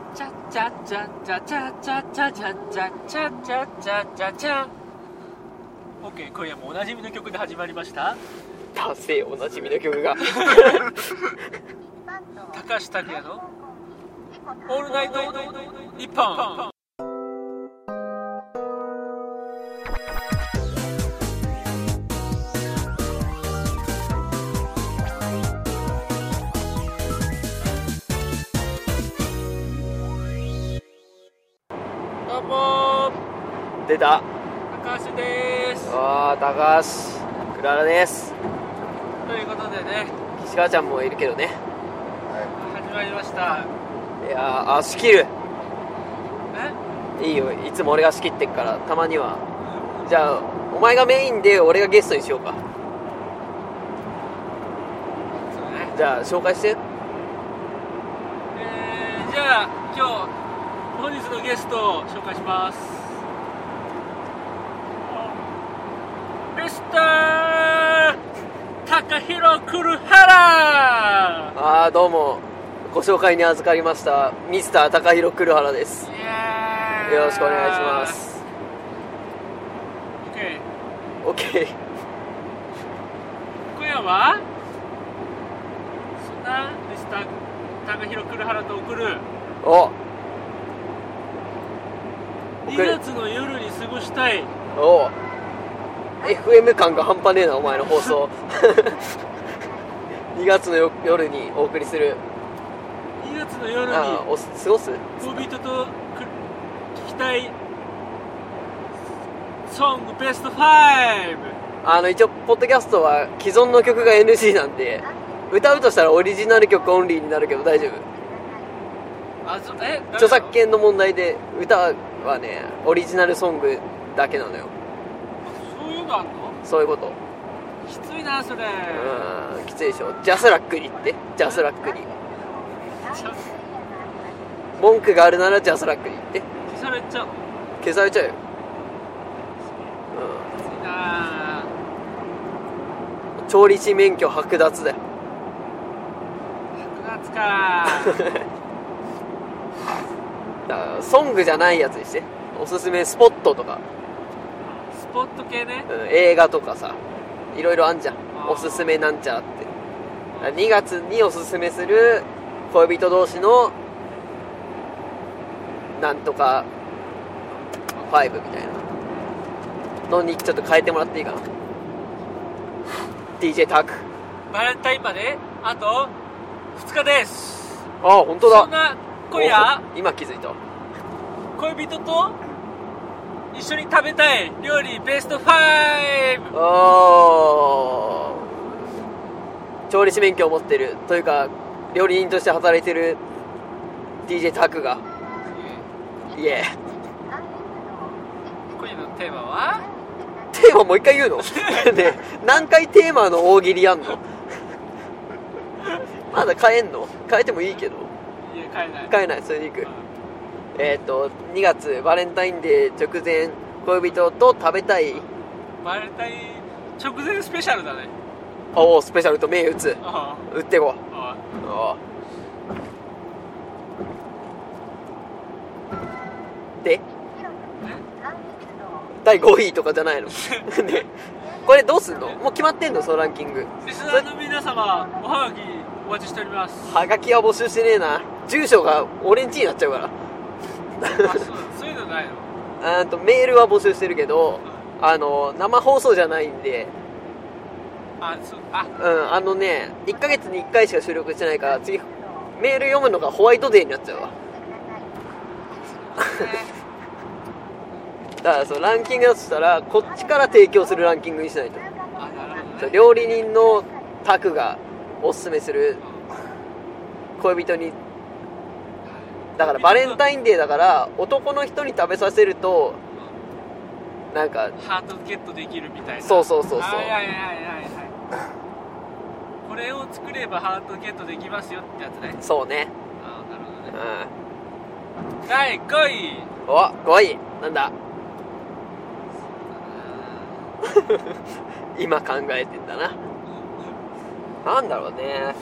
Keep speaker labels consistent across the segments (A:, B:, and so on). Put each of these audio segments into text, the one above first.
A: チャチャチャチャチャチャチャチャチャチャチャチャチャ OK 今夜もおなじみの曲で始まりました
B: 達成おなじみの曲が
A: 高橋拓也の「オールナイトニッポン」どうも
B: 出た
A: 高橋です
B: あー高橋クララです
A: ということでね
B: 岸川ちゃんもいるけどね
A: 始まりました
B: いやーあ仕切る
A: え
B: いいよいつも俺が仕切ってっからたまにはじゃあお前がメインで俺がゲストにしようか
A: そうね
B: じゃあ紹介して
A: えーじゃあ今日本日のゲストを紹介しますミスター高弘くるは
B: ああどうもご紹介に預かりましたミスター高弘黒原です
A: ら
B: よろしくお願いします
A: OK
B: OK
A: 今夜はそんなミスター高弘くるはらと送る
B: お
A: 2
B: 送る
A: 月の夜に過ごしたい
B: おう FM 感が半端ねえなお前の放送 2月のよ夜にお送りする
A: 2月の夜に
B: あお過ごす
A: 恋人とく聞きたいソングベスト 5!
B: あの一応ポッドキャストは既存の曲が NG なんで歌うとしたらオリジナル曲オンリーになるけど大丈夫
A: あそえ
B: 著作権の問題で歌はねオリジナルソングだけなのよ
A: そういうのあんの
B: そういうこと
A: きついなそれ
B: うーんきついでしょジャスラックに行ってジャスラックに
A: ちゃ
B: 文句があるならジャスラックに行って
A: 消されちゃう
B: 消されちゃうよ、
A: きついな
B: うん、調理師免許剥奪だよ
A: 白熱か
B: だからソングじゃないやつにしておすすめスポットとか、
A: スポット系ね
B: うん映画とかさいろいろあんじゃん
A: あー
B: おすすめなんちゃらってだから2月におすすめする恋人同士のなんとか5みたいなのにちょっと変えてもらっていいかな DJ タク
A: バレンタインまであと2日です
B: ああ本当
A: そん
B: だ
A: な今夜
B: お今気づいた
A: 恋人と一緒に食べたい料理ベスト 5!
B: おー調理師免許を持ってるというか料理人として働いてる DJ タクがイエー
A: 今夜のテーマは
B: テーマもう一回言うの ねえ何回テーマの大喜利やんのまだ変えんの変えてもいいけど
A: いや変えない
B: 変えないそれでいくえっ、と2月バレンタインデー直前恋人と食べたい
A: バレンタイン直前スペシャルだね
B: おおスペシャルと銘打つ
A: あ
B: 打ってこう
A: ああ
B: ああで第5位とかじゃないの でこれどうすんのもう決まってんのそのランキング
A: あリスナーの皆様おはがきお待ちしております
B: はがきは募集してねえな住所が俺んちになっちゃうか
A: あそうそういうのないの
B: らあーとメールは募集してるけどあの生放送じゃないんで
A: あそうあ
B: うんあのね1ヶ月に1回しか収録してないから次メール読むのがホワイトデーになっちゃうわ
A: そうね
B: だからそのランキングだとしたらこっちから提供するランキングにしないと
A: あなるほ
B: そ
A: どね
B: う料理人のタクがおすすめする恋人にだからバレンタインデーだから男の人に食べさせるとなんか
A: ハートゲットできるみたいな
B: そうそうそうそう
A: はいはいはいはいはいこれを作ればハートゲットできますよってやつね
B: そうね
A: あなるほ
B: う
A: ど
B: ん
A: ね第5位
B: お5位なんだ今考えてんだななんだろうね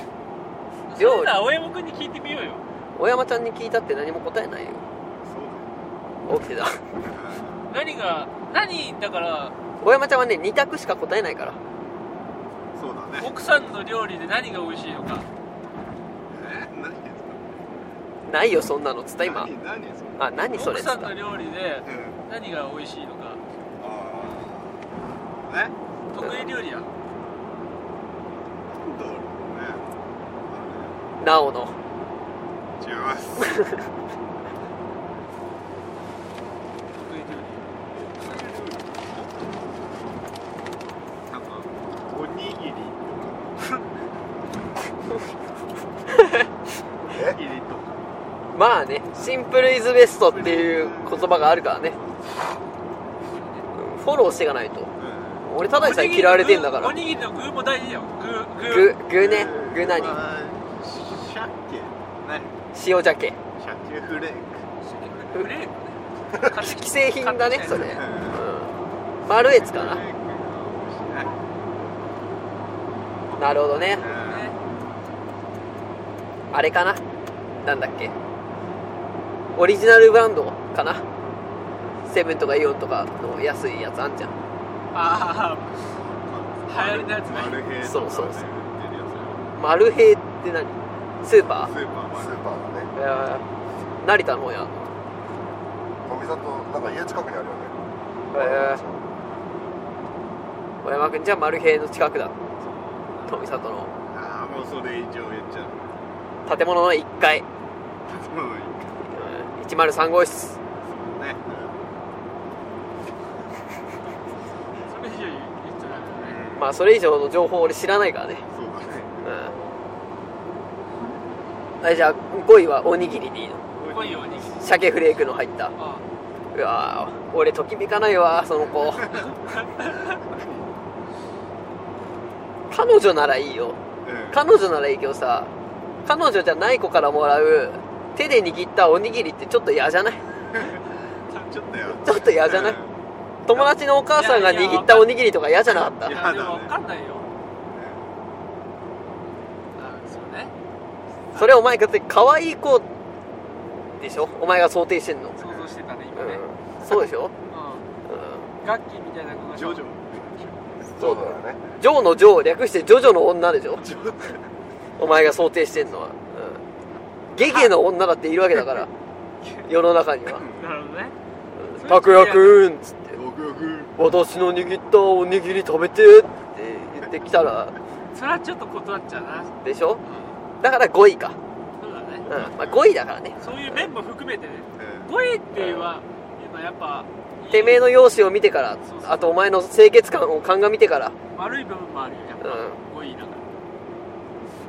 A: それなら青山君に聞いてみようよ
B: 小山ちゃんに聞いたって何も答えないよ起きてた
A: 何が何だから
B: 小山ちゃんはね2択しか答えないから
C: そうだねそうだね
A: 奥さんの料理で何が美味しいのか
C: え何ですか
B: ないよそんなのつった今
C: 何何ですか
B: あ何そ
A: 奥
B: れっつっ
A: さ
B: た
A: んの料理で
C: うん
A: 何が美味しいのか
C: ああね
A: 得意料理や
C: なんだろうね
B: なおの
C: まあね違います
A: 得意料
C: なんかおにぎり とかおにぎりとか
B: まあねシンプルイズベストっていう言葉があるからねフォローしていかないと
C: うん
B: 俺ただでさえ
A: 理
B: 嫌われてんだか
A: お
B: ら
A: にぎりの具も大事だよ具
B: 具具ね具何
C: まあ鮭ね
B: 塩鮭
C: 鮭フレーク
A: 具フレークね買ってきて
B: 既製品だねそれ、う
C: う
B: んん、マルエツか
C: フレ
B: な
C: ークが
B: なるほどね
C: 美味しいね
A: ね
B: あれかななんだっけオリジナルブランドかなセブンとかイオンとかの安いやつあんじゃん
A: あ流行りのやつね
C: 丸平
B: そ
C: と
B: うそう
C: か
B: そ
C: ね
B: う
C: 売ってるやつ
B: マルヘイって何スーパ
C: スーパーマル
D: スーパーがね
B: ーいやー成田の方や
D: 小木さんとなんか家近くにあるよね
B: へえ小山くんじゃあマルヘイの近くだ富里の
C: ああもうそれ以上言っちゃう
B: 建物の1階、
C: 建物いいか
B: うん103号室
C: らね
A: それ以上言っちゃダメだね
B: まあそれ以上の情報俺知らないからね
C: そうだね
B: うんはいじゃあ5位はおにぎりでいいの
A: 濃いおにぎり
B: 鮭フレークの入った
A: あ
B: うわー俺ときめかないわその子彼女ならいいよ
C: うん
B: 彼女ならいいけどさ彼女じゃない子からもらう手で握ったおにぎりってちょっと嫌じゃない
C: ちょっとや
B: ちょっと嫌じゃない
C: うん
B: 友達のお母さんが握ったおにぎりとか嫌じゃなかった
C: いや
A: あでも分かんないよあそうね
B: それお前だって可愛い子でしょお前が想定してんの、
A: 想像してたね今ね
B: うん、そうでし
A: う
B: ょ、うん
A: ガッキーみたいな子が
C: ジョジョ
D: そうだよね
B: ジョーのジョー略してジョジョの女でしょ
C: ジョジョ
B: お前が想定してんのは、うん、ゲゲの女だっているわけだから世の中には
A: なるほどね
B: 「拓也くん」っつって
C: ドクドク
B: 「私の握ったおにぎり食べて」って言ってきたら
A: それはちょっと断っちゃうな
B: でしょ
A: うん
B: だから5位か、
A: そうだね
B: うんまあ、5位だからね
A: そういう面も含めてね
C: うん
A: 5位っていうのはいうのはやっぱ
B: てめえの容姿を見てから
A: そうそう
B: あとお前の清潔感を鑑みてから
A: 悪い部分もあるよやっぱ
B: うん
A: 5位だから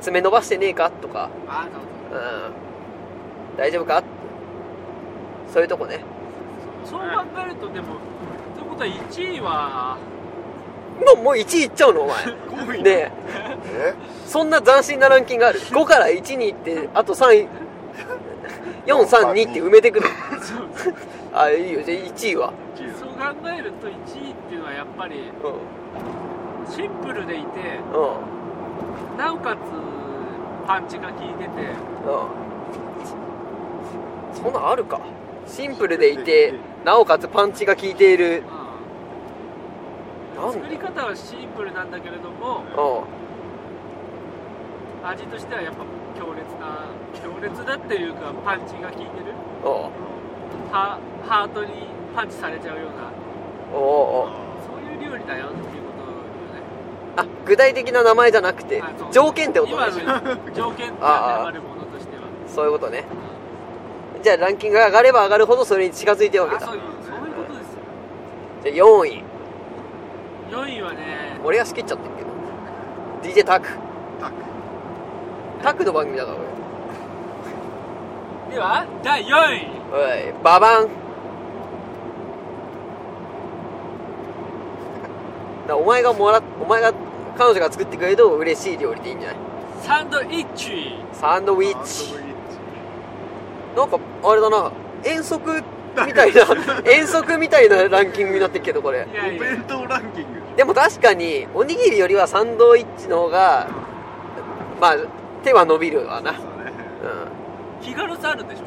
B: 爪伸ばしてねえかとか、
A: ああなるほ
B: うん、大丈夫かそういうとこね
A: どそう考えるとでもってことは1位は
B: もうもう1位いっちゃうのお前
C: 5位
B: ねえ
D: え
B: そんな斬新なランキングがある5から1に行ってあと3位432って埋めてくる
A: そう
B: あいいよじゃあ1位は、
A: そう考えると1位っていうのはやっぱり
B: うん
A: シンプルでいて
B: うん
A: なおかつパンチが効いてて
B: うんそんなんあるかシンプルでいてなおかつパンチが効いている
A: う
B: なんんだ
A: 作り方はシンプルなんだけれども
B: う
A: 味としてはやっぱ強烈な強烈だっていうかパンチが効いてる
B: んうん
A: ハハートにパンチされちゃうような
B: おおうおう
A: そういう料理だよっていうことを言うね
B: あ具体的な名前じゃなくて
A: あそう
B: 条件ってこと
A: 今
B: ね
A: の条件って
B: ああ
A: あるものとしては
B: そういうことねじゃあランキングが上がれば上がるほどそれに近づいてるわけ
A: あ
B: だ
A: そういうそういうことですよ
B: じゃあ4位
A: 4位はね
B: 俺が仕切っちゃってるけど DJ タク
C: タック
B: タクの番組だから
A: では第4位
B: 俺おいババン だお前がもらお前が彼女が作ってくれると嬉しい料理でいいんじゃない
A: サンドイッチ
B: サンドウ
C: ウ
B: ィッチなんかあれだな遠足みたいな 遠足みたいなランキングになってるけどこれ
A: いやい
C: お
A: や
C: 弁当ランキング
B: でも確かにおにぎりよりはサンドイッチの方がまあ手は伸びるわな
C: そうね
B: う
A: 気軽さあるんでしょ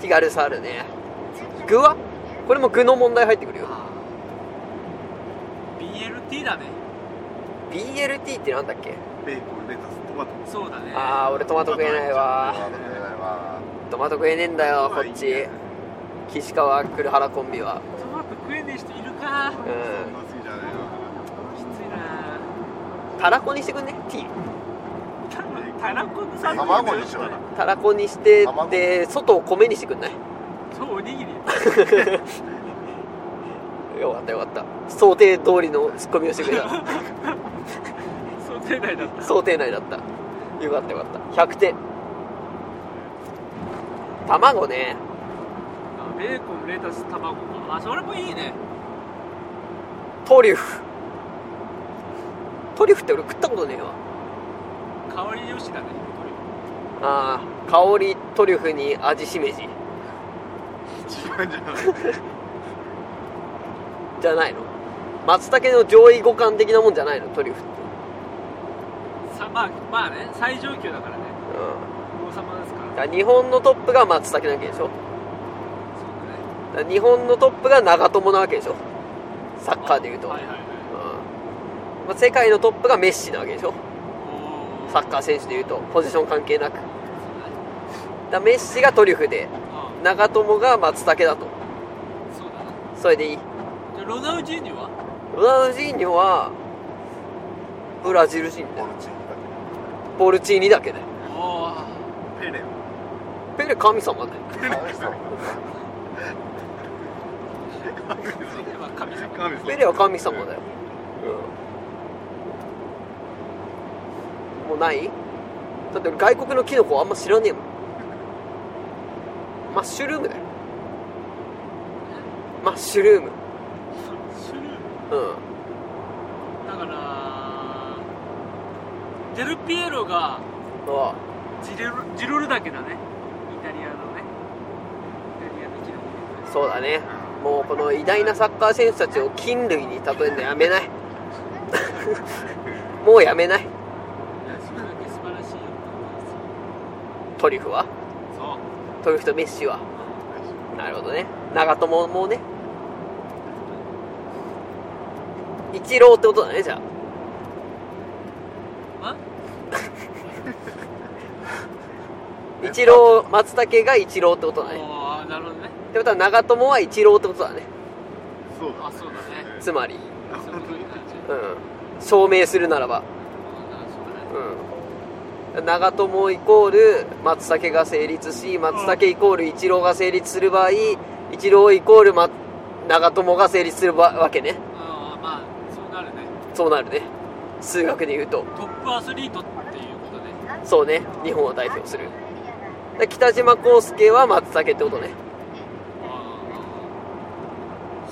B: 気軽さあるね具はこれも具の問題入ってくるよ
A: BLT だね
B: BLT ってなんだっけ
C: ベーコンレタストマト
A: そうだね
B: ああ俺トマト食えないわ
D: まだ出ないわ
B: トマト食えねえんだよ
C: ま
B: こ
C: あ
B: っち岸川来る原コンビは
A: トマト食えねえ人いるか
B: うん
C: そんな好きじゃない
A: きついな
B: たらこにしてくんね T
A: 多分たらこのさ
D: 卵にしようよ
B: たらこにして
D: 卵
B: で外を米にしてくんない
A: そうおにぎり
B: よかったよかった想定通りのツッコミをしてくれた
A: 想定内だった
B: 想定内だったよかったよかった100点卵ね
A: あベーコンレタス卵かあそれもいいね
B: トリュフトリュフって俺食ったことねえわ
A: 香り良しだね
B: あー香りトリュフに味しめじ
C: な違うんじゃない
B: じゃないの松茸の上位互換的なもんじゃないのトリュフって
A: さまあまあね最上級だからね王様ですから
B: だから日本のトップが松茸なわけでしょ
A: そうだね
B: だから日本のトップが長友なわけでしょサッカーでいうと、
A: はいはいはい
B: うんまあ世界のトップがメッシなわけでしょ
A: おー
B: サッカー選手でいうとポジション関係なくだからメッシがトリュフで
A: あ
B: 長友が松茸だと
A: そうだね
B: それでい
A: じ
B: い
A: ゃあロナウジーニョは
B: ロナウジーニョはブラジル人だ
D: ポ
B: よ
D: ルチーニだけ
B: ポルチーニだけだよ
A: お
C: ペレ
B: ペレ神様だよ
D: あそう
A: ーでは神様
C: 神様
B: ペレは神様だよ、うん、もうないだって俺外国のキノコあんま知らねえもんマッシュルームだよマッシュルーム
A: する
B: う
A: だからデルピエロが
B: んは
A: ジレルジロルだけだねイタリアのねイタリアのキノコ
B: そうだねもうこの偉大なサッカー選手たちを菌類に例えるのやめない もうやめない
A: いやそれだけ素晴らしいよ
B: トリュフは
A: そう
B: トリュフとメッシはなるほどね長友もね一郎ってことだねじゃあ
A: あ
B: 一郎松茸が一郎ってことだね
A: おーなるほどね
B: ってことは長友は一郎ってことだね
C: そうだ
A: あそうだね
B: つまり
A: そういう感じ
B: うん証明するならば
A: そうだね
B: うん長友イコール松茸が成立し松茸イコール一郎が成立する場合一郎イコール、ま、長友が成立するわわけね
A: あーまあそうなるね
B: そうなるね数学で言うと
A: トップアスリートっていうことね
B: そうね日本を代表するで北島康介は松茸ってことね
A: ああ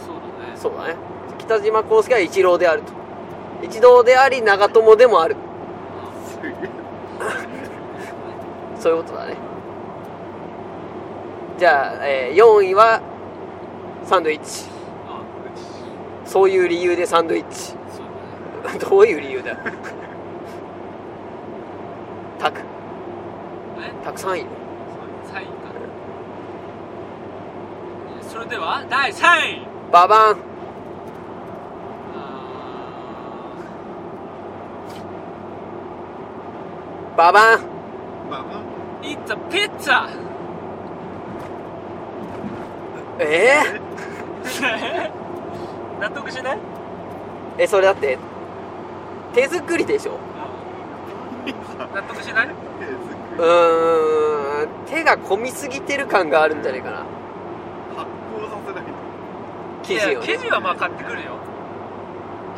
A: そうだね
B: そうだね北島康介は一郎であると一郎であり長友でもある
C: すげえ
B: そういうことだねじゃあ、え4位はサンドイッチ
A: あ
B: そういう理由でサンドイッチ
A: そうだね
B: どういう理由だよ タク
A: え
B: たくさんいる
A: サインかそれでは第3位
B: ババーン
A: あ
B: ババーン
C: まあまあ
A: ー It's a pizza!
B: えー、
A: 納得しない
B: えそれだって手作りでしょ
A: 納得しない
B: うーん手が込みすぎてる感があるんじゃないかな
C: 発酵させないと
B: 生地を
A: いや
B: ね
A: 生地はまあ買ってくるよ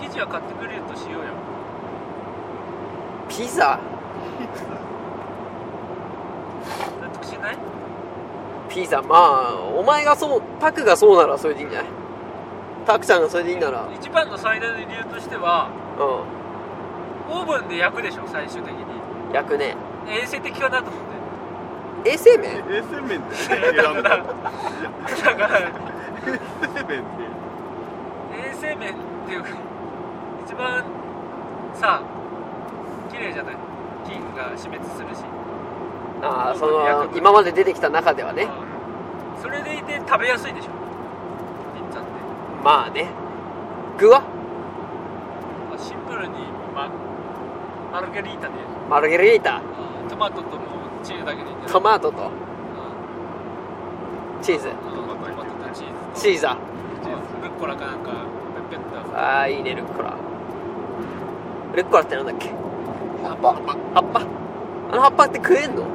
A: 生地は買ってくれるとしようよ
B: ピザ
A: 納得しない
B: ピザまあお前がそうタクがそうならそれでいいんじゃないタクちゃんがそれでいいなら
A: 一番の最大の理由としては
B: う
A: オーブンで焼くでしょ最終的に
B: ん焼くね
A: 衛生的かなと思って
B: 衛生面
C: 衛生面で選ん
A: だ
C: だ
A: から
C: 衛生面って
A: 衛生面っていうか一番さ綺麗じゃない菌が死滅するし
B: ああそ
A: 焼
B: の
A: く
B: 今まで出てきた中ではね
A: うんそれでいて食べやすいでしょピッツァって
B: まあね具は
A: まあシンプルにママルゲリータで
B: マルゲリータ
A: うんトマトともうチーズだけでいいんじゃない
B: トマトと
A: うん
B: チーズ
A: うんトマトとチーズ
B: チー
A: ズ
B: ザ
A: ルッコラかなんかペッペッと
B: ああいいねルッコラルッコラってなんだっけ
D: 葉っぱ
B: 葉っぱあの葉っぱって食えんの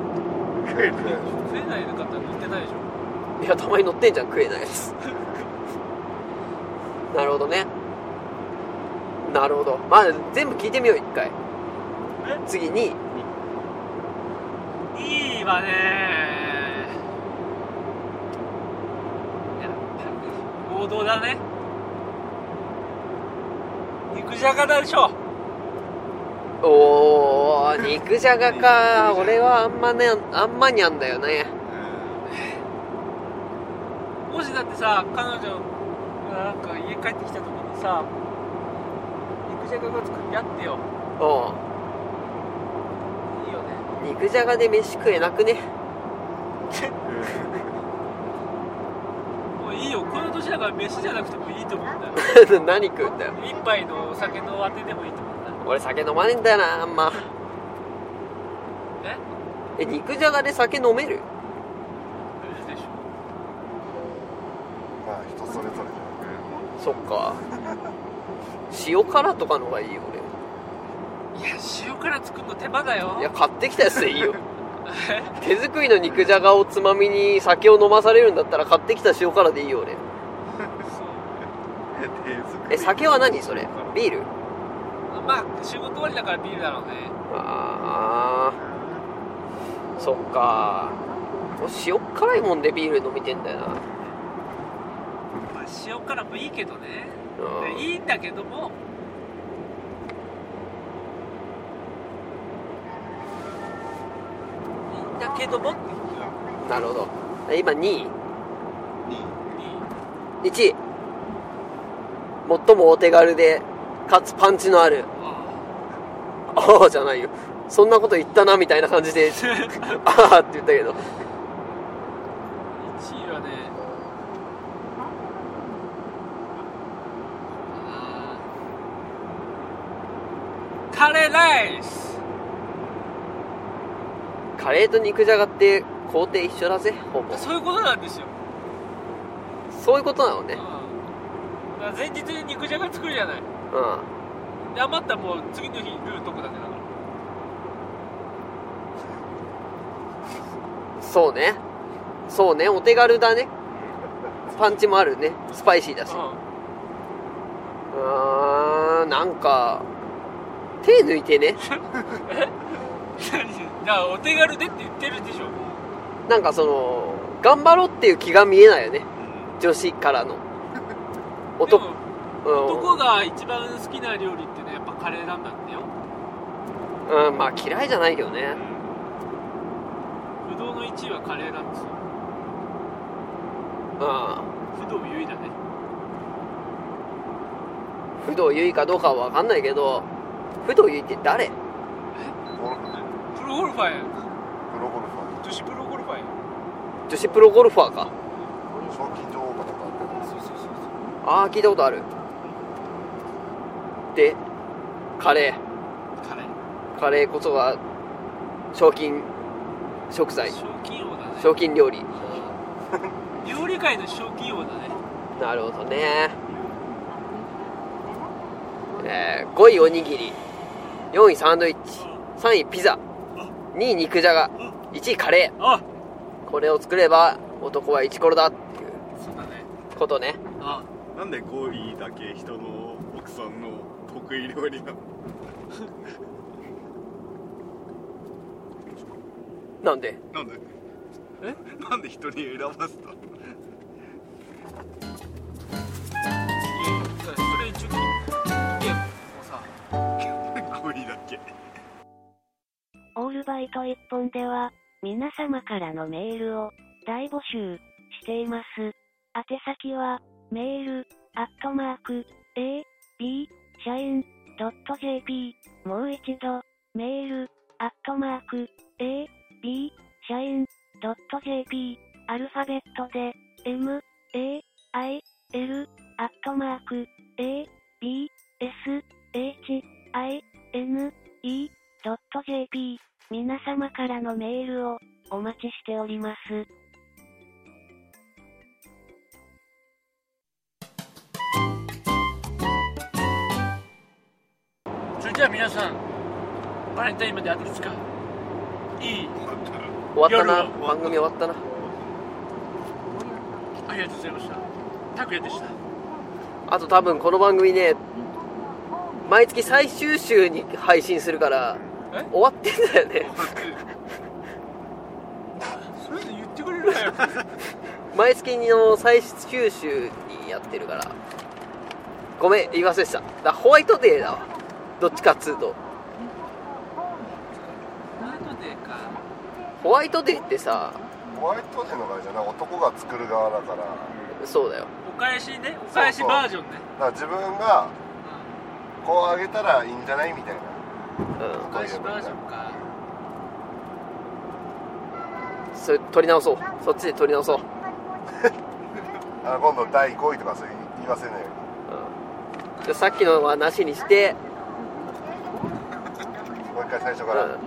C: 食えるね
A: 食えないのかったら塗ってないでしょ
B: いやたまに乗ってんじゃん食えないやつ なるほどねなるほどまあ全部聞いてみよう一回
A: え
B: 次に
A: いいわねやっぱ王道だね肉じゃがだでしょ
B: おー肉じゃがか俺はあんまねあんまにゃんだよね
A: もしだってさ彼女がなんか家帰ってきた時にさ肉じゃがが作ってやってよ
B: おう
A: いいよね
B: 肉じゃがで飯食えなくね
A: もういいよこの年だから飯じゃなくてもいいと思うんだよ
B: 何食うんだよ
A: 一杯のお酒のあてでもいいと思うんだよ
B: 俺酒飲まねえんだよなあんま
A: え
B: え肉じゃがで酒飲め
A: いい
B: る
A: でしょ
D: まあ人それぞれじゃん
B: そっか塩辛とかのがいいよ
A: いや塩辛作るの手間だよ
B: 俺いや買ってきたやつでいいよ手作りの肉じゃがをつまみに酒を飲まされるんだったら買ってきた塩辛でいいよ俺
A: そう
B: え酒は何それビール
A: まあ仕事終わりだからビールだろうね
B: あーそっか塩辛いもんでビール飲みてんだよな
A: まあ塩辛もいいけどね
B: うん
A: いいんだけどもいいんだけどもってことよ
B: なるほどえ今2位
A: に
B: 1位最もお手軽でかつパンチのある
A: あ
B: ああじゃないよそんなこと言ったなみたいな感じでああって言ったけど
A: あ1位はねあーカレーライス
B: カレーと肉じゃがって工程一緒だぜほぼ
A: そういうことなんですよ、
B: そういうことなの
A: うん、
B: ね
A: だから前日に肉じゃが作るじゃない
B: うん
A: で余ったらもう次の日ルーとくだけだから
B: そうねそうねお手軽だねパンチもあるねスパイシーだ
A: う
B: しうーんなんか手抜いてね
A: ん じゃあお手軽でって言ってるでしょ
B: なんかその頑張ろうっていう気が見えないよね女子か らの
A: で
B: 男
A: も
B: うん
A: 男が一番好きな料理ってねやっぱカレーなんだってよ
B: うん、まあ嫌いじゃないよね
A: 不動の1位はカレーなんですよ
B: うん
A: 不動優位だね
B: 不動優衣かどうかは分かんないけど不動優衣って誰
D: ゴルフね
A: プロゴルファーや
D: プロゴルファ
A: 女子プロゴルファーや
B: 女子プロゴルファーか
D: ー賞金女王かとかあって
A: そうそうそうそう
B: ああ聞いたことあるでカレ
A: カレー
B: ーカレーこそが賞金食材
A: 賞金王だね
B: 賞金料理
A: 料理界の賞金王だね
B: なるほどねえー、5位おにぎり4位サンドイッチ3位ピザ2位肉じゃが1位カレ
A: あ
B: ーこれを作れば男はイチコロだっていう
A: そうだね
B: ことね
A: あ
C: なんでコーリーだけ人の奥さんの得意料理なの
B: なんで
C: なんで
A: え
C: なんで人に選ばせたの
A: いやそれちょっといやもうさ
C: コーリーだけ
E: オールバイト一本では、皆様からのメールを大募集しています。宛先は、メール、アットマーク、A、B、社員、JP、もう一度、メール、アットマーク、A、B、 .jp、アルファベットで、m, a, i, l, アットマーク、a, b, s, h, i, n, e, .jp、皆様からのメールを、お待ちしております。
A: それじゃあ皆さんバレンタインまであと2日いい
B: 終わったな
A: 夜
B: 番組終わったな
A: ありがとうございました拓也でした
B: あと多分この番組ね毎月最終週に配信するから
A: え
B: 終わってんだよね
A: それで言ってくれるかよ
B: 毎月の最終週にやってるからごめん言い忘れてただからホワイトデーだわどっちかっつうと
A: なんでか
B: ホワイトデーってさ
D: ホワイトデーの場合じゃない男が作る側だからだか
B: そうだよ
A: お返しねお返しバージョンね
D: ら自分がこうあげたらいいんじゃないみたいな
B: う
A: お返しバージョンか
B: んそれ取り直そうそっちで取り直そう、
D: あの今度第5位とかそういう言わせないよ
B: うんじゃあさっきのはなしにして、
D: うにもう一回最初
B: う
D: から、
B: ん、
A: 考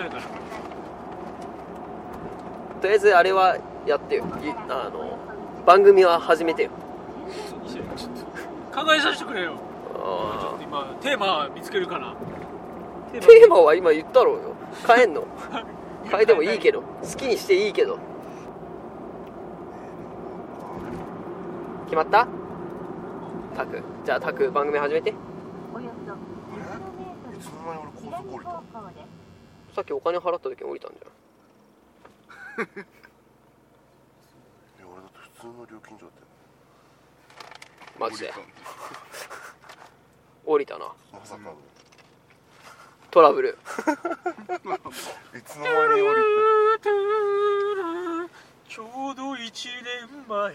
A: えるから
B: とりあえずあれはやってよいあの番組は始めてよ
A: 考えさせてくれよちょ
B: あ
A: っと今テーマ見つけるから
B: ーテーマは今言ったろうよ変えんの変えてもいいけ
A: ど
B: ど好きにしていいけど決まったタクじゃあタク番組始めて
D: いつの間に俺高速降りた
B: さっきお金払った時に降りたんじゃ
D: いや俺だって普通の料金所だっ
B: んマジで降りたな
D: たよまさかの、
B: トラブル
D: いつの間に降り
A: ちょうど1年前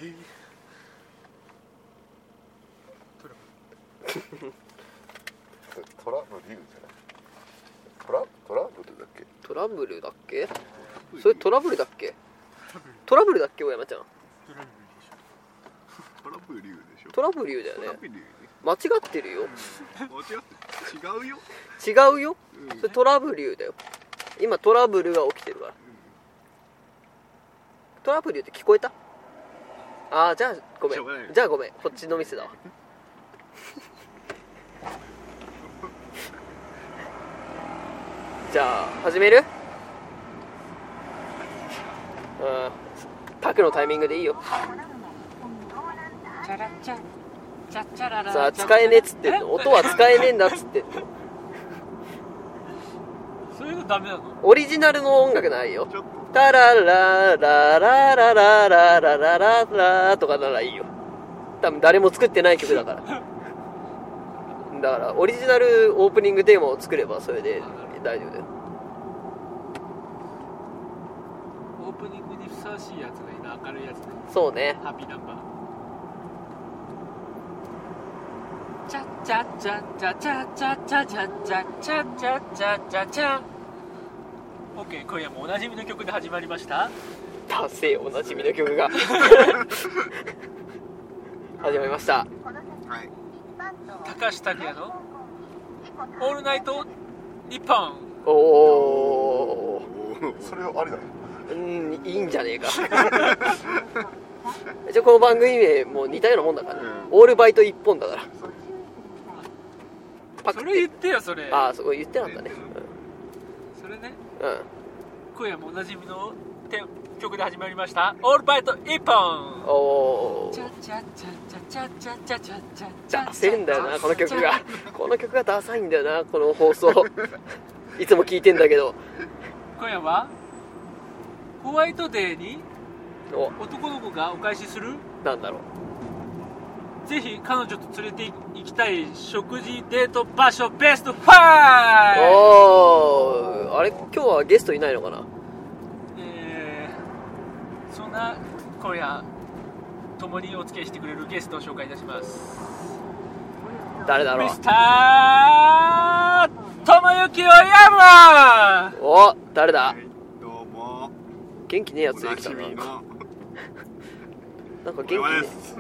D: たトラブルじゃないトラトラブルだっけ
B: トラブルだっけそれトラブルだっけトラブルだっけ大山ちゃん
C: トラブルでしょ
B: トラブルだよね
C: トラブル
B: 間違ってるよ
C: 間違って違うよ
B: 違うよそれトラブルだよ今トラブルが起きてるからトラブルって聞こえたああじゃあごめ
C: しょうがない
B: んじゃあごめんこっちのミスだわじゃあ始めるうんタクのタイミングでいいよ
A: チャラチャチャチャララ
B: さあ使えねえっつってんの音は使えねえんだっつってんの
A: そういうのダメなの
B: オリジナルの音楽ないよ
C: ちょっと
B: タラララララララララララとかならいいよ多分誰も作ってない曲だから だからオリジナルオープニングテーマを作ればそれで大丈夫だよ
A: オープニングにふさわしいやつがいいな明るいやつね
B: そうね
A: ハッピーナンバーチャチャチャチャチャチャチャチャチャチャチャチャチャチャオッケー今夜もおなじみの曲で始まりました
B: 達成おなじみの曲 が始まりました
C: はい
A: 高橋拓也の「オールナイトニッポン
B: おお
C: おお
D: それをありだね
B: うんいいんじゃねえ かじゃあこの番組名もう似たようなもんだから、ね
C: うん
B: オールバイト一本だからパ」ク
A: そ
B: っ
A: れ
B: て
A: 言ってよそれ
B: ああそこ言ってなかったね
A: それね
B: うん、うん
A: 今夜もおなじみのて曲で始まりました「オールバイト一本」
B: おお
A: チャチャチャチャチャチャチャチャチャチャ
B: ダセえんだよなこの曲がこの曲がダサいんだよなこの放送いつも聞いてんだけど
A: 今夜はホワイトデーに
B: お
A: 男の子がお返しする
B: なんだろう
A: ぜひ彼女と連れて行きたい食事デート場所ベスト 5!
B: おおあれ今日はゲストいないのかな
A: えー、そんな今夜共にお付き合いしてくれるゲストを紹介いたします
B: 誰だろ
A: ミ
B: う
A: スターともゆきおやむ
B: お誰だ
C: はいどうも
B: 元気ねえやつ出
C: おな
B: てきた
C: じ
B: な
C: みの
B: なんか元気ね
C: 俺で
B: え
C: す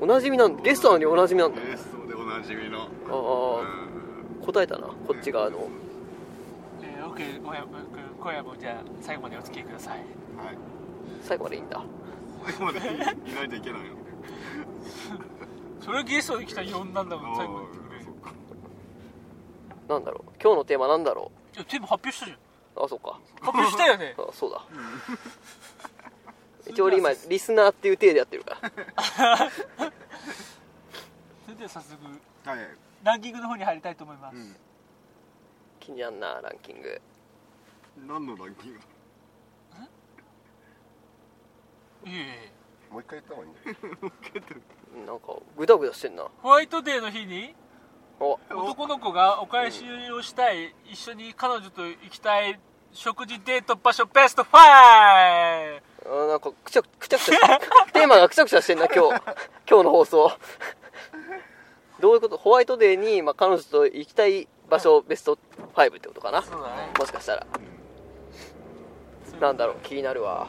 B: おなじみなんゲストなのにおなじみなんだ
C: ゲストでおなじみの
B: ああ答えたなこっち側の
A: えー、オッケー小山君小山もじゃあ最後までお付き合いください
C: はい
B: 最後までいいんだ
C: ここまでいないとい けないの
A: それゲストで来たら呼んだんだもん最後まで言ってくれ
C: あーそ
A: る
C: っか
B: なんだろう今日のテーマなんだろ
A: いや全部発表したじゃん
B: うあそっか
A: 発表したよね
B: あそうだ 一応俺今リスナーっていう体でやってるから
A: それでは早速
C: はい、
A: ランキングの方に入りたいと思います、
C: う
B: 気になるなランキング
C: ん、何のランキング
A: いえいえ
D: もう一回言った方がいいんだよ
B: うんなんかグダグダしてんな
A: ホワイトデーの日に
B: お
A: 男の子がお返しをしたい、一緒に彼女と行きたい食事デート場所ベスト 5!
B: あなんかくちゃくちゃくちゃして テーマがくちゃくちゃしてんな今日 今日の放送 どういうことホワイトデーに、まあ、彼女と行きたい場所ベスト5ってことかな
A: そうだね
B: もしかしたらなんだろう気になるわ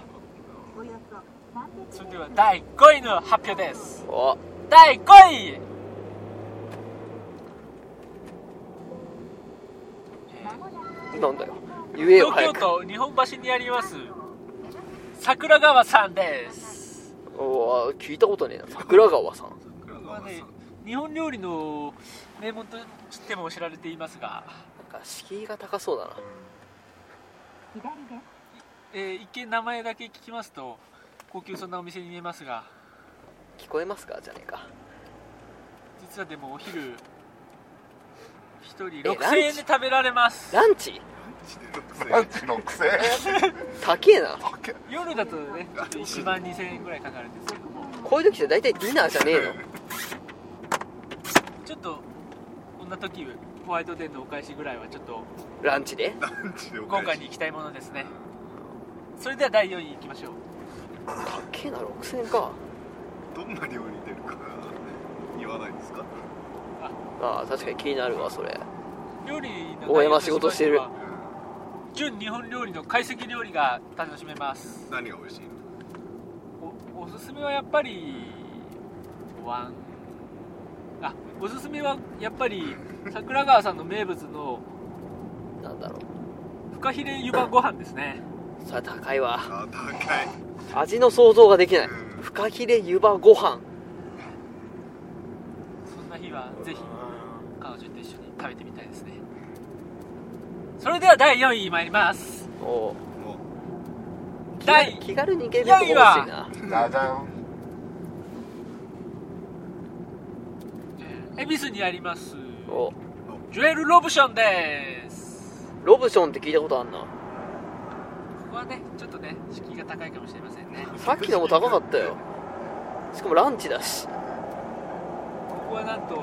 A: それでは第5位の発表です
B: お
A: 第5位えー
B: なんだよ言えよ
A: 東
B: 早
A: 京
B: く
A: 都日本橋にあります桜川さんです
B: おー聞いたことねえな桜川さん
A: まあね日本料理の名門としても知られていますが、
B: なんか敷居が高そうだな
A: えー一見名前だけ聞きますと高級そうなお店に見えますが
B: 聞こえますかじゃねえか
A: 実はでもお昼1人
B: え
A: 6000円で食べられます
B: ランチ
D: ランチのくせ
B: 高えな
A: 夜だとねちょっと1万2000円ぐらいかかるんですけども
B: こういう時って大体ディナーじゃねえの
A: ちょっとこんな時ホワイトデーのお返しぐらいはちょっと
B: ランチで
C: ランチでお
A: 今
C: 返
A: 回
C: し
A: に行きたいものですねそれでは第4位行きましょう
B: 高えな6000円か
C: どんな料理出るか言わないんですか
B: ああ確かに気になるわそれ
A: 料理の
B: 大山仕事してる
A: 純日本料理の懐石料理が楽しめます
C: 何が美味しいの
A: おおすすめはやっぱりおわんあおすすめはやっぱり桜川さんの名物の
B: なんだろう
A: フカヒレ湯葉ご飯ですね
B: それは高いわ
C: あ高い
B: 味の想像ができない
C: うん
B: フカヒレ湯葉ご飯
A: そんな日はぜひ彼女と一緒に食べてみたいですねそれでは第4位参ります
B: おう
C: も
B: 気軽
A: 第
B: 気軽に行けるとこ欲しいな
D: ダダン
A: 恵比寿にあります
B: おう
A: ジュエル・ロブションです
B: ロブションって聞いたことあんな
A: ここはねちょっとね敷居が高いかもしれませんね
B: さっきのも高かったよしかもランチだし
A: ここはなんと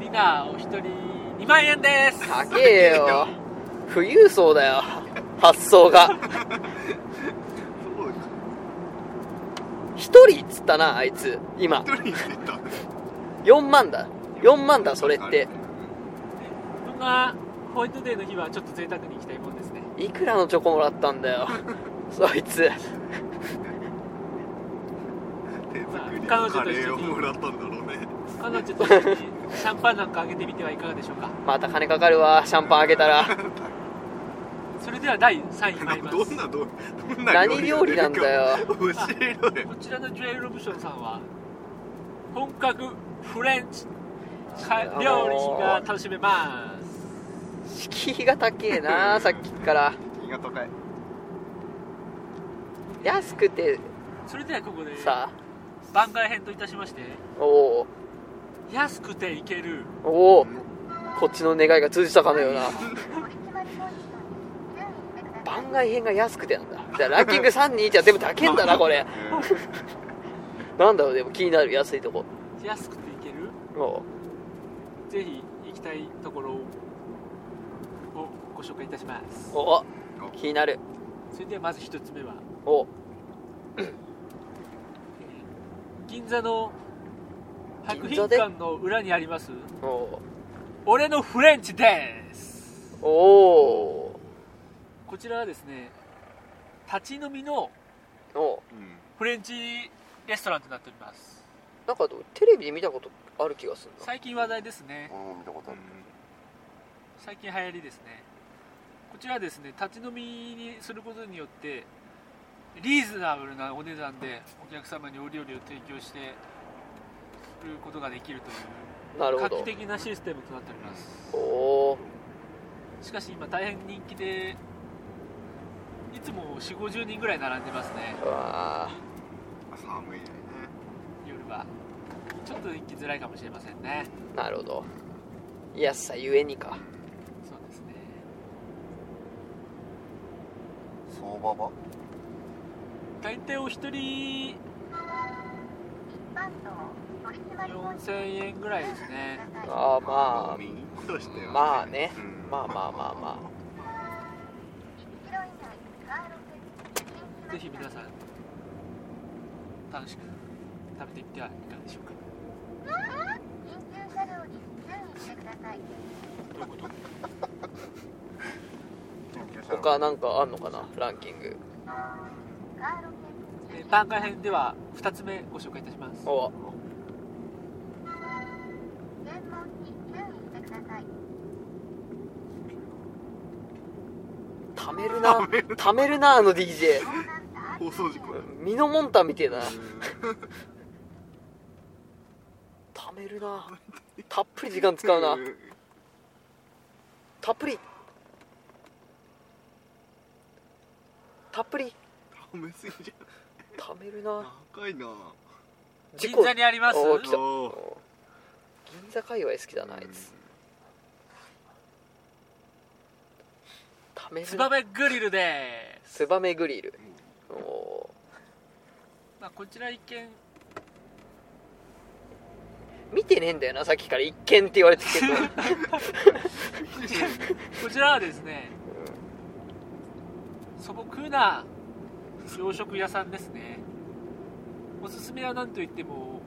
A: ディナーお一人2万円です
B: 高えよ 富裕層だよ発想が
C: うそうか
B: 一人っつったなあいつ今
C: 一人で行った
B: 4万だ4万だそれって
A: そんなホワイトデーの日はちょっと贅沢に行きたいもんですね
B: いくらのチョコもらったんだよそいつ
C: 手作りの
A: 彼女
C: カ
A: と一緒に
C: レーをもらったんだろうね
A: 彼女と一緒にシャンパンなんかあげてみてはいかがでしょうか
B: また金かかるわシャンパンあげたら
A: それでは第3位参り ます
C: どんなどどんな
B: 何料理なんだよ
C: 教えろよ
A: こちらのジュエル・ロブションさんは本格フレンチか料理が楽しめます
B: 敷居が高えなさっきから
C: 気が高い
B: 安くて
A: それではここで
B: さ
A: 番外編といたしまして
B: お
A: 安くていける
B: おおおこっちの願いが通じたかのような番外編が安くてなんだじゃあランキング321は全部高えんだなこれなんだろうでも気になる安いとこ
A: 安くていける
B: おう
A: ぜひ行きたいところをご紹介いたします
B: おお気になる
A: それではまず一つ目は
B: お
A: 銀座の博
B: 銀座
A: 品
B: で
A: 館の裏にあります
B: お
A: 俺のフレンチです
B: おお
A: こちらはですね立ち飲みの
B: お
C: うん
A: フレンチレストランとなっております
B: なんかでもテレビで見たことある気がするな
A: 最近話題ですね
D: 俺も見たことある
A: 最近流行りですねこちらはですね立ち飲みにすることによってリーズナブルなお値段でお客様にお料理を提供してることができるという
B: なるほ
A: 画期
B: ど
A: 的なシステムとなっております
B: おお
A: しかし今大変人気でいつも4 5 0人ぐらい並んでますね
B: ーうわ
C: 寒いね
A: 夜はちょっと行きづらいかもしれませんね
B: ーなるほど安さゆえにか
A: そうですね
D: 相場場
A: 大体お一人4000円ぐらいですね
B: ああまあ
C: 右としては
B: まあね
C: うん
B: まあまあまあまあ
A: ぜひ皆さん楽しく食べてみてはいかがでしょうかどういうこと
B: 他なんかあんのかなランキング
A: えー番外編では2つ目ご紹介いたします
B: お貯めるな貯めるなあの DJ
C: 放送事故だ
B: ミノモンタみてえだな貯めるなたっぷり時間使うなたっぷりたっぷり
C: 飲めすぎじ
B: 貯める
C: ゃん
B: な
C: 高いな
B: 事
A: 銀
B: 故
A: 座にあります
B: おー来た
C: おー
B: 銀座界隈好きだなあいつ貯める
A: ツバ
B: な
A: メグリルで
B: ツバメグリルお
A: す、まあ、こちら一見
B: ー見てねえんだよなさっきから一見って言われてるけど
A: こちらはですね素朴な洋食屋さんですねおすすめは何といっても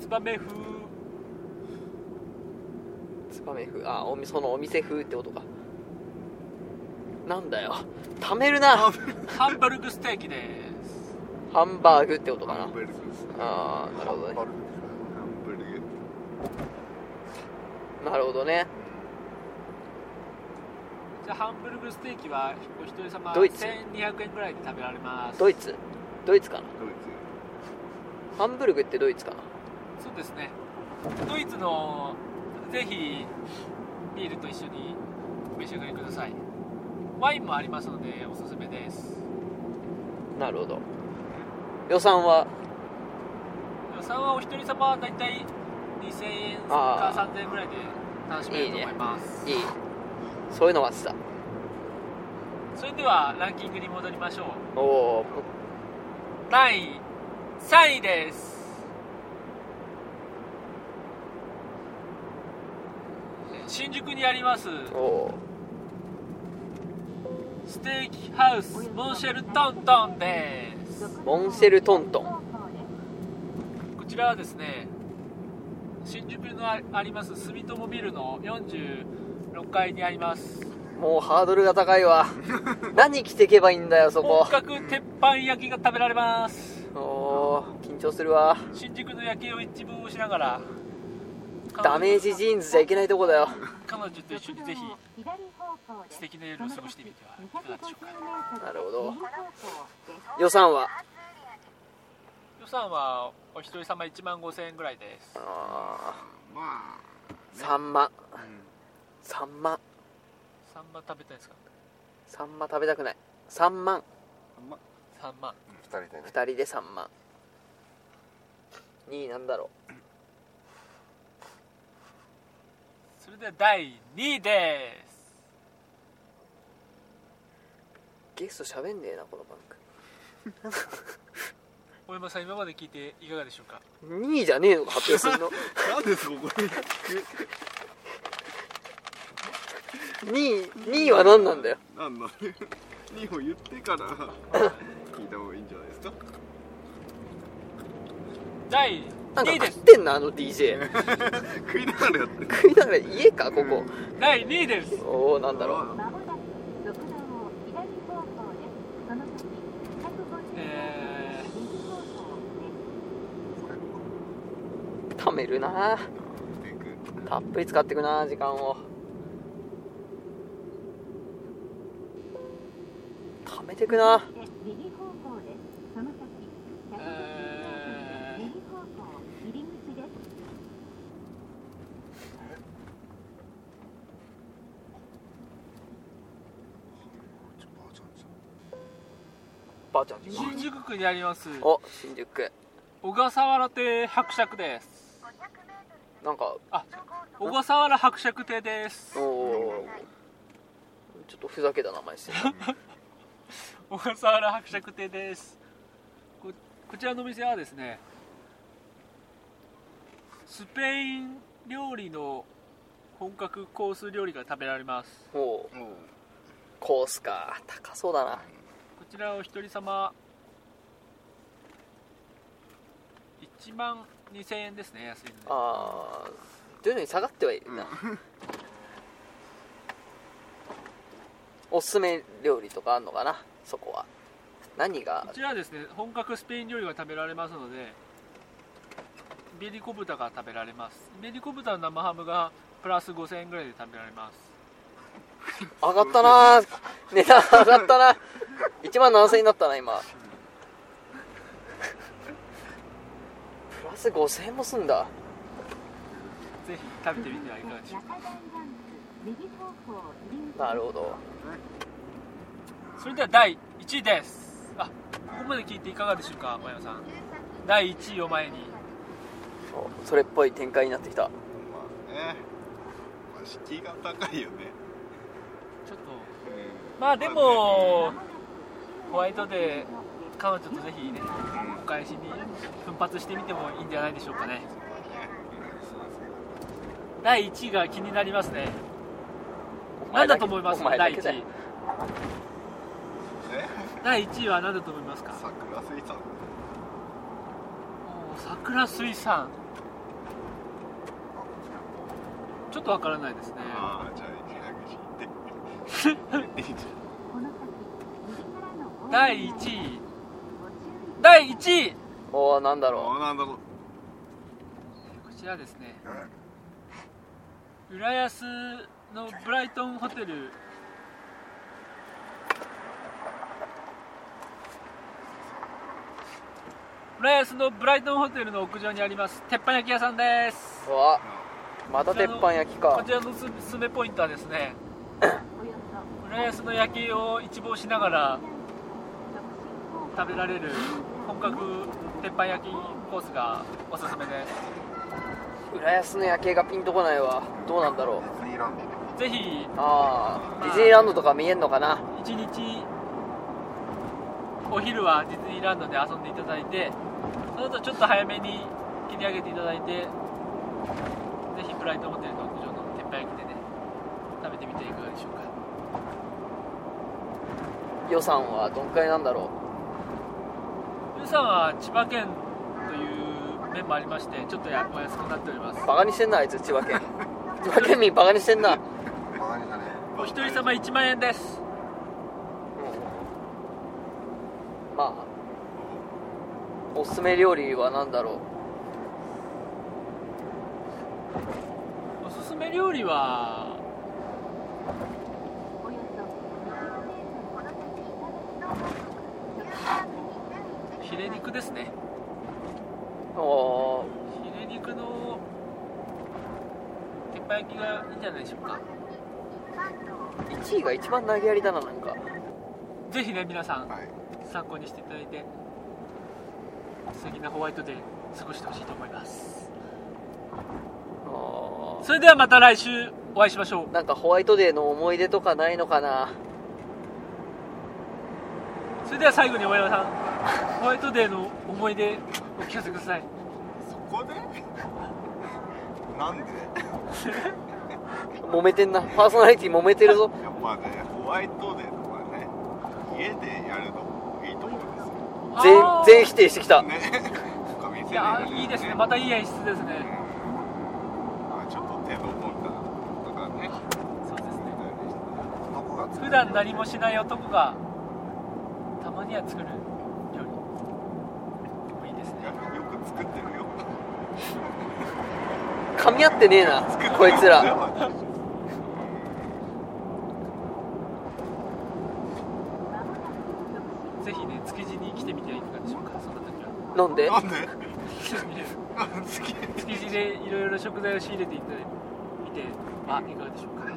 A: ツバメ風
B: ツバメ風あおみそのお店風ってことかなんだよ貯めるな
A: ハンバルグステーキです
B: ハンバーグってことか
C: ハ
B: な
C: ンバルグ
B: ああなるほどね
D: 頑張る
C: ハンバルグ
B: なるほどね
A: じゃあハンブルグステーキはお一人様
B: ドイツ
A: 1200円ぐらいで食べられます
B: ドイツドイツかな
C: ドイ
B: ハンブルグってドイツかな
A: そうですねドイツのぜひビールと一緒にお召し上がりくださいワインもありますのでおすすめです
B: なるほど予算は
A: 予算はお一人様はだいたい2000円か
B: あ
A: 3000円ぐらいで楽しめると思います
B: いいそういうのはってた
A: それではランキングに戻りましょう
B: おお
A: 第3位ですえー新宿にあります
B: おお
A: ステーキハウスモンシェルトントンです
B: モンセルトントン
A: こちらはですね新宿のああります住友ビルの46階にあります
B: もうハードルが高いわ何着てけばいいんだよそこ
A: 本格鉄板焼きが食べられます
B: おお緊張するわ
A: 新宿の夜景を一望しながら
B: ダメージジーンズじゃいけないとこだよ
A: 彼女と一緒にぜひ素
F: 素
A: 敵
F: 敵
A: な
F: な
A: 夜
F: 夜
A: を
F: を
A: 過
F: 過
A: ご
F: ご
A: し
F: してて
A: み
F: み
A: て
F: て
A: は
F: はいい
A: か
F: か
A: が
F: が
A: でし
F: でし
A: ょ
F: ょ
A: う
F: う
A: か
F: か
B: なるほど予
F: 予
B: 算
F: 算
B: は
F: は
A: 予算はお一人様1万5000円ぐらいです
B: あ
C: ツま
B: ーサンマ
C: あうん
B: サンマ
A: 3万食べたいですか
B: サンマ食べたくない3万
C: ま
A: 3万
D: 二人でね
B: 2人で3万2位なんだろ
A: それでは第2位です
B: うゲスト喋んねえなこの番
A: 大山さん今まで聞いていかがでしょうか
B: 組2位じゃねえのか発表するの
C: なんでそこに聞く
B: 2位2位は何なんだよ
C: なんだ2本言ってから聞いた方がいいんじゃないですか
A: 第
B: なんか
A: 2位で
B: 食
A: す
B: ってんなあの DJ
C: 食いながらやってる
B: 食いながら家かここ
A: 第2位です
B: おおなんだろう
C: う
F: まもなく6番を左方向です。その先150
B: 貯めるな
C: ていく
B: たっぷり使っていくな時間を貯めていくな
F: 右方向です。その先、100
A: え
F: 右方向、入り口です。
B: ばあちゃん
A: ー新宿区にあります
B: お新宿区
A: 小笠原邸伯爵です
B: なんか
A: 小笠原伯爵邸です
B: おおちょっとふざけた名前してる
A: 小笠原伯爵邸ですここちらのお店はですねスペイン料理の本格コース料理が食べられます
B: おおコースか高そうだな
A: こちらお一人様1万2000円ですね安いので
B: あー徐々に下がってはいるな、おすすめ料理とかあんのかなそこは何が
A: こちらはですね本格スペイン料理が食べられますのでイベリコ豚が食べられますイベリコ豚の生ハムがプラス5000円ぐらいで食べられます
B: 上がったなー値段上がったな1万7000円になったな今プラス5000円もすんだ
A: ぜひ食べてみてはいかがでしょうか
F: 中台ランプ、右方向、入り口
B: なるほど
A: それでは第1位ですあここまで聞いていかがでしょうか小山さん第1位を前に
B: おそれっぽい展開になってきた
C: まあねまあ敷居が高いよね
A: ちょっとまあでもホワイトデー彼女とぜひねお返しに奮発してみてもいいんじゃないでしょうかね第1位が気になりますね何だと思います
B: お前だ
A: 第
B: けだ
A: 1
B: よ
A: 位
C: ね
A: 第1位は何だと思いますか
C: 桜水産
A: おー桜水産ちょっとわからないですね
C: ああじゃあ一拍引いて
F: この先、右からの
A: 第
F: 大
A: 1
F: ご注
A: 位
F: 意
A: 第1位こ
B: おおなんだろ
C: どうなんだろう
A: ちらですね浦安のブライトンホテル浦安のブライトンホテルの屋上にあります鉄板焼き屋さんです
B: ううわまた鉄板焼き
A: こ
B: か
A: ちらのすすめポイントはですね
F: およそ
A: 浦安の夜景を一望しながら食べられる本格鉄板焼きコースがおすすめです
B: 浦安の夜景がピンとこないわどうなんだろう
D: ィズニーランドで
A: ぜひ
B: ああディズニーランドとか見えんのかな
A: 一日お昼はディズニーランドで遊んでいただいてその後ちょっと早めに切り上げていただいてぜひブライトンホテルの屋上の鉄板焼きでね食べてみていかがでしょうか
B: 予算はどんくらいなんだろ
A: 皆さんは千葉県という面もありましてちょっとやお安くなっております
B: うバカにしてんなあいつ千葉県千葉県民バカにしてんな
D: バカにしたね
A: お一人様1万円です
B: まあおすすめ料理は何だろ
A: おすすめ料理は
F: およそ
A: ヒレ肉ですね
B: うお
A: ヒレ肉の鉄板焼きがいいんじゃないでしょうか
B: ー1位が一番投げやりだななんか
A: ぜひね皆さん
C: はい
A: 参考にしていただいて素敵なホワイトデー過ごしてほしいと思います
B: あ
A: それではまた来週お会いしましょう
B: ーなんかホワイトデーの思い出とかないのかな
A: それでは最後に大山さんホワイトデーの思い出お聞かせください
C: そこでなんで
B: 揉めてんなパーソナリティ揉めてるぞ
C: やっぱねホワイトデーとかね家でやるのいいと思うんですよ
B: 全
A: あー
B: 全否定してきた
C: ね他店
A: い
C: でや
A: や
C: るの
A: ーいいですねまたいい演出です
C: うん
A: ね
C: まあちょっと手の込んだとかね
A: そうですね
D: 男が
A: 普段何もしない男がたまには作る料理でもいいですね
C: よく作ってるよ
B: 噛み合ってねえなこいつら
A: ぜひね築地に来てみてはいかがでしょうかその時は
B: なんで
C: なんで 好き
A: 築地でいろいろ食材を仕入れていただいてみてまあいかがでしょうか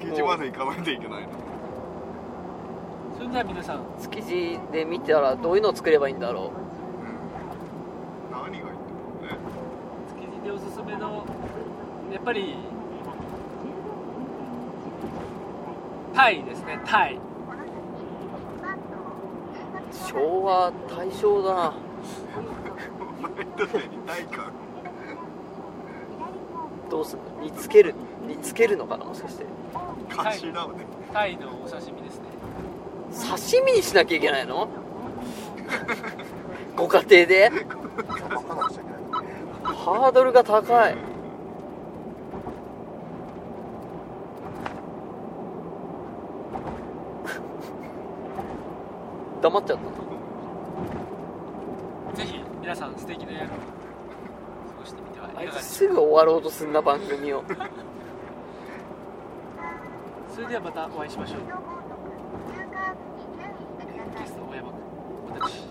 C: 築地まで行かないといけないの
A: それでは皆さん
B: 築地で見たらどういうのを作ればいいんだろ
C: 何が言ってもね
A: 築地でおすすめのやっぱりタイですねタイ
B: う昭和大正だな
C: だって痛いから
B: どうすんの煮つける煮つけるのかなもしかして
C: 監視だもね
A: タイのお刺身ですね
B: 刺身にしなきゃいけないの ご家庭で
D: 乾かなくちゃいけない
B: ハードルが高い 黙っちゃったな
A: ぜひ皆さん素敵な夜を過ごしてみてはいか
B: あい
A: がで
B: つ
A: しょ
B: すぐ終わろうとすんな番組を
A: うかそれではまたお会いしましょうゲストの大山君私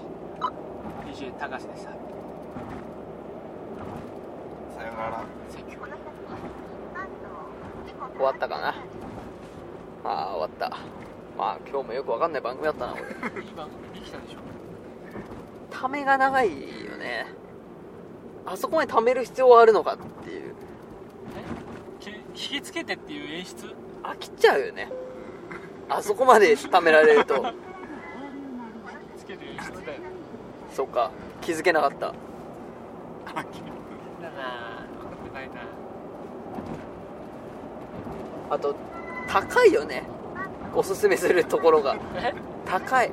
A: DJ 高橋でした
C: さよなら
A: セキュ
B: 終わったかなああ終わったまあ今日もよくわかんない番組だったな俺
A: いい番組に来たでしょう
B: ためが長いよねあそこまでためる必要はあるのかっていう
A: き引きつけてっていう演出
B: 飽きちゃうよねあそこまでためられると
A: つける演出だよね
B: そっか気づけなかった
A: だなぁ分かってないな
B: あと高いよねおすすめするところが高い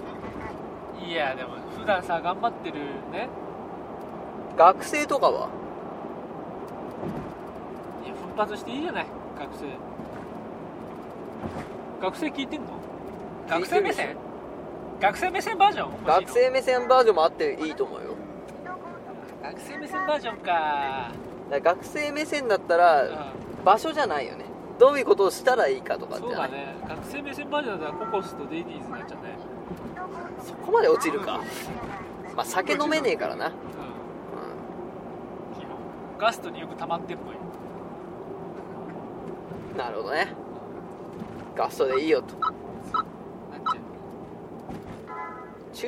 A: いやでも普段さ頑張ってるね
B: 学生とかはい
A: や奮発していいじゃない学生学生聞いてんの学生目線学生目線バージョン欲しいの
B: 学生目線バージョンもあっていいと思うよ
A: 学生目線バージョンか
B: だから学生目線だった
A: う
B: ら
A: ん
B: 場所じゃないよねどういうことをしたらいいかとかじ
A: そう
B: ゃな
A: だ
B: い
A: ね学生目線バージョンだったらココスとデイディーズになっちゃうね
B: そ,、こまで落ちるかまあ酒飲めねえからな、
A: う
B: う
A: んん基本ガストによく溜まってんのよ
B: なるほどねガストでいいよと
A: なっちゃう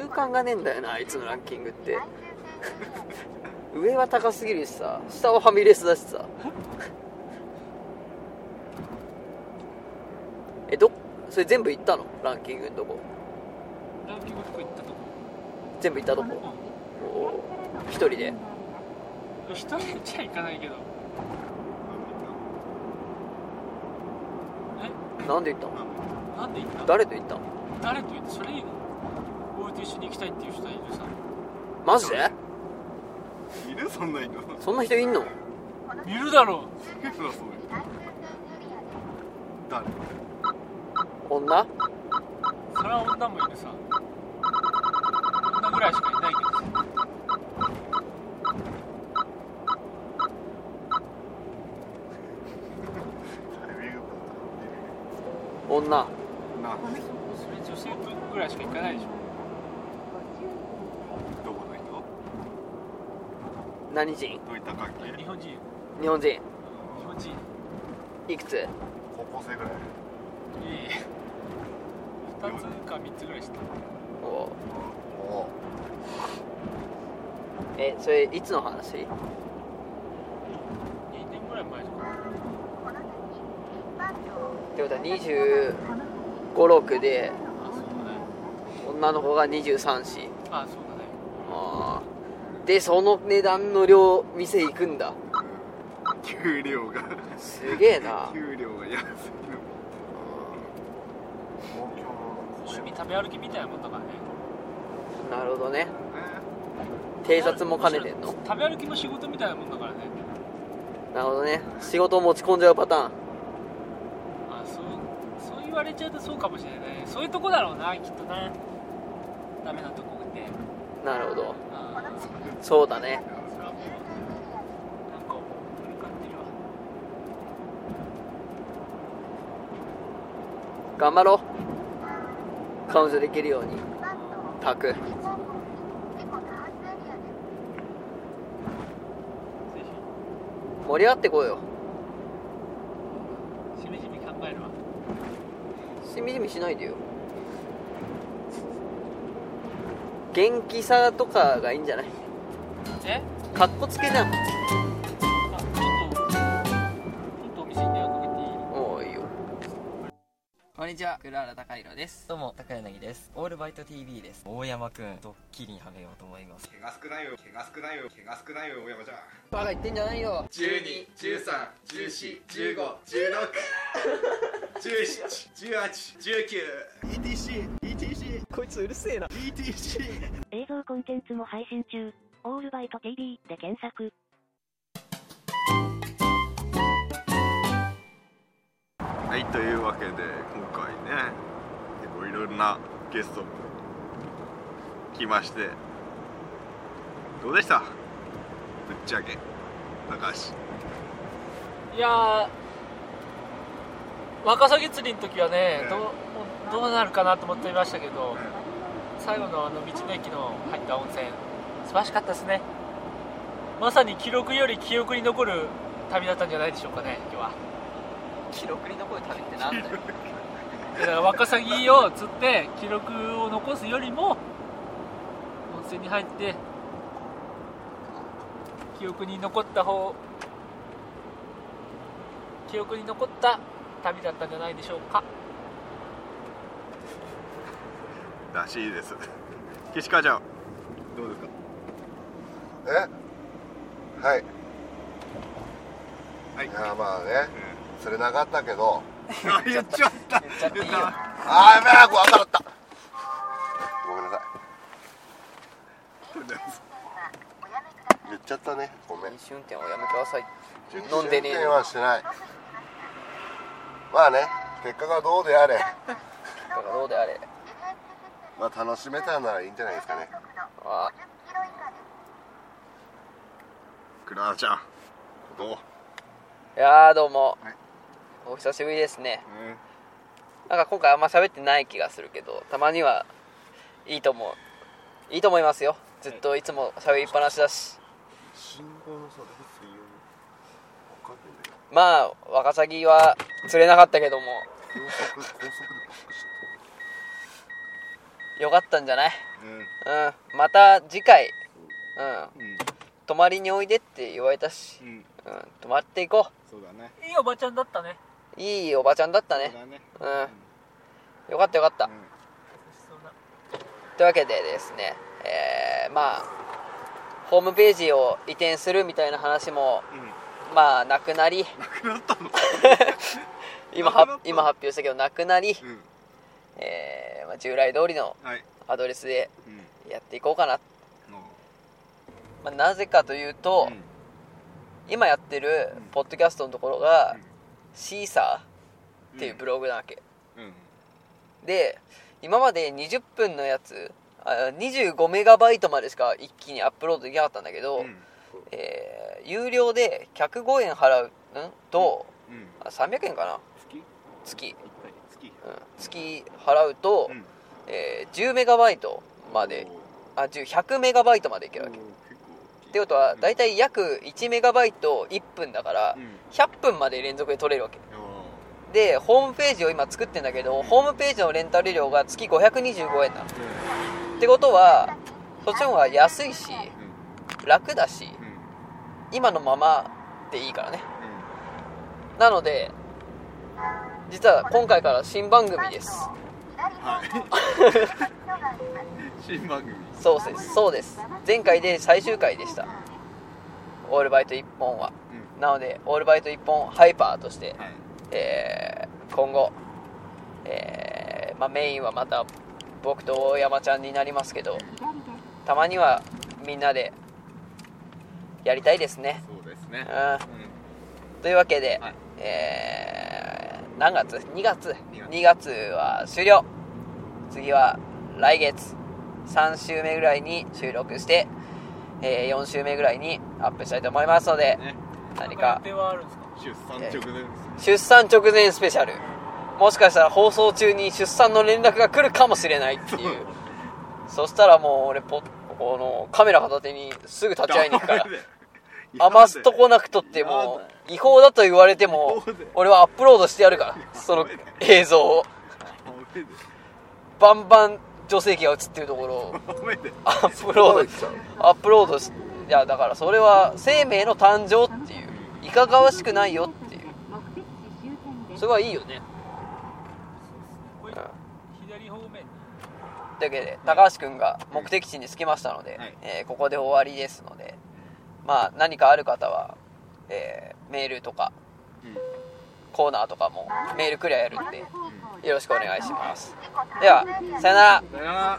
B: 中間がねえんだよなあいつのランキングって上は高すぎるしさ下はファミレスだしさえどそれ全部行ったのランキングのとこ
A: ランキングとか行ったとこ
B: 全部行ったとこおー一人で
A: うん一人じゃ行かないけど
B: なんで行った
A: な
B: の
A: んで行った
B: 誰と行ったの
A: 誰と言ってそれいいの俺と一緒に行きたいっていう人はいるさ
B: マジで
C: いるそんないの
B: そんな人いんの
A: いるだろ
C: そうそう誰
B: 女
A: それは女もいるさ女ぐらいしかいないけどさ
B: 女
C: な
A: それ女性分ぐらいしか行かないでしょ
C: どこの人
B: 何人
C: どういった関
A: 日
C: 係
A: 本人日
B: 日本人
A: 本人い
B: いくつ
D: 高校生ぐらい
A: え2つか3つぐらいした
B: おう
D: おう
B: えそれいつの話
A: 2年ぐらい前じゃん
B: ってことは2 5 6で
A: あそうだね
B: 女の子が23歳
A: あそうだね
B: あーでその値段の量店行くんだ
C: 給料が
B: すげえな
C: 給料が安い
D: 東京
A: 趣味食べ歩きみたいなもんだからね
B: なるほどね
C: のね
B: 偵察も兼ねてんの
A: 食べ歩きも仕事みたいなもんだからね
B: なるほどね仕事を持ち込んじゃうパターン
A: あそうそう言われちゃうとそうかもしれないねそういうとこだろうなきっとなダメなとこって
B: なるほど
A: あー
B: そうだね
A: それはもう
B: 頑張ろう彼女できるようにタク
A: ぜ
B: 盛り上がってこうよ
A: ひしみじみ考えるわ
B: しみじみしないでよ元気さとかがいいんじゃない
A: え
B: かっこつけじゃん
A: あちょっとちょっとお店に電話かけていい
B: もういいよ
G: こんにちは、黒原隆弘です。
H: どうも高柳ですオールバイト TV です大山くんドッキリにはめようと思います
I: 怪我少ないよ怪我少ないよ怪我少ないよ大山ちゃん
B: バカ言ってんじゃないよ
I: 12、13、14、15、16、17、18、19、ETC、
H: こいつうるせえな
I: ETC、ETC。
E: 映像コンテンツも配信中。オールバイト TV で検索。
C: はいというわけで今回ね結構いろんなゲストも来ましてどうでしたぶっちゃけ高橋
A: いやーワカサギ釣りの時はね、
C: うん
A: どうどうなるかなと思っていましたけど、最後のあの道の駅の入った温泉素晴らしかったですねまさに記録より記憶に残る旅だったんじゃないでしょうかね今日は
B: 記録に残る旅って なんだよ
A: だからワカサギを釣って記録を残すよりも温泉に入って記憶に残った方記憶に残った旅だったんじゃないでしょうか
C: らしいです 岸川ちゃんどうですか
D: えはい
C: はい
D: いやまあね釣れなかったけど
C: あ 言っちゃった
H: 言っちゃっていいよ
D: あーやべえ怖かったごめんなさい言っちゃったねごめん
B: 飲酒運転はやめください飲
D: 飲
B: ん
D: ん
B: で
D: で
B: ね
D: ね
B: え
D: えはしてないまあね結果がどうであれ
B: だからどうであれ
D: まあ楽しめたならいいんじゃないですかね
B: あ
C: 倉田ちゃんどう
B: いやーどうも、
C: はい
B: お久しぶりですね
C: ね
B: なんか今回あんま喋ってない気がするけどたまにはいいと思ういいと思いますよずっといつも喋りっぱなしだし
D: 信号のさ水曜分かんないんだよ
B: まあワカサギは釣れなかったけども
D: 高速高速でパックし
B: よかったんじゃない
C: うん
B: うんまた次回うん
C: うん
B: 泊まりにおいでって言われたし、
C: うん
B: うん、泊まっていこ
C: そうだね
A: いいおばちゃんだったね
B: ういいおばちゃんだった
C: そう
B: ね
C: だね
B: うんよかったよかった、
C: うん
B: というわけでですねえーまあホームページを移転するみたいな話も
C: う
B: まあなくなり
C: んなくなったの
B: 今
C: なくな
B: は
C: った
B: 今発表したけどなくなり、
C: うん
B: えーまあ、従来通りの
C: はい
B: アドレスで
C: うん
B: やっていこうかな、
C: の
B: まあ、なぜかというと、
C: うん
B: 今やってる
C: うん
B: ポッドキャストのところが、
C: うん
B: シーサーっていうブログなわけ、
C: うん
B: で今まで20分のやつあ25メガバイトまでしか一気にアップロードできなかったんだけど、
C: うん
B: えー有料で105円払ううんと、
C: うん
B: あ300円かな
C: 月
B: 月、
C: 一回月
B: うん、月払うと、
C: うん
B: えー10メガバイトまであ10 100メガバイトまでいけるわけ、っ
C: 結構
B: てことは大体約1メガバイト1分だから
C: うんい
B: 100分まで連続で取れるわけ
C: やー
B: でホームページを今作ってんだけどホームページのレンタル料が月525円なのってことはそっちの方が安いし楽だし
C: うんうん
B: 今のままでいいからね
C: うん
B: なので実は今回から新番組です
C: はい。新番組。
B: そうですそうです前回で 最終回でしたオールバイト1本は
C: う
B: なのでオールバイト1本ハイパーとして
C: はい。
B: えー今後、えーまあ、メインはまた僕と大山ちゃんになりますけどたまにはみんなでやりたいですね、
C: そうです
B: う
C: ね。
B: ん、
C: う
B: というわけで、
C: はい
B: えー何月 ?2 月
C: 2
B: 2月は終了次は来月3週目ぐらいに収録して、え4週目ぐらいにアップしたいと思いますので、
C: ね
B: 何
A: なん
B: か
A: 予定はあるんですか
C: ん。出産直前です。
B: 出産直前スペシャルもしかしたら放送中に出産の連絡が来るかもしれないっていうそしたらもう俺ポこのカメラ片手にすぐ立ち会いに行くから
C: ダメだよ
B: 余すとこなくとってもう違法だと言われても
C: 違法だよ
B: 俺はアップロードしてやるからその映像を
C: ダメだよ
B: バンバン女性器が映ってるところを
C: ダメだよ
B: アップロ
D: どこ行
B: ー
D: っちゃう
B: ドアップロードしいやだからそれは生命の誕生っていういかがわしくないよっていう
F: 目的地周辺です
B: それはいいよね
A: これ左方面に
B: というわけで高橋君が目的地に着きましたので、
C: はい
B: えーここで終わりですのでまあ何かある方は、えーメールとか、
C: うん
B: コーナーとかもメールくりゃやるんで
F: 方向
B: よろしくお願いしますではさよなら
C: さよなら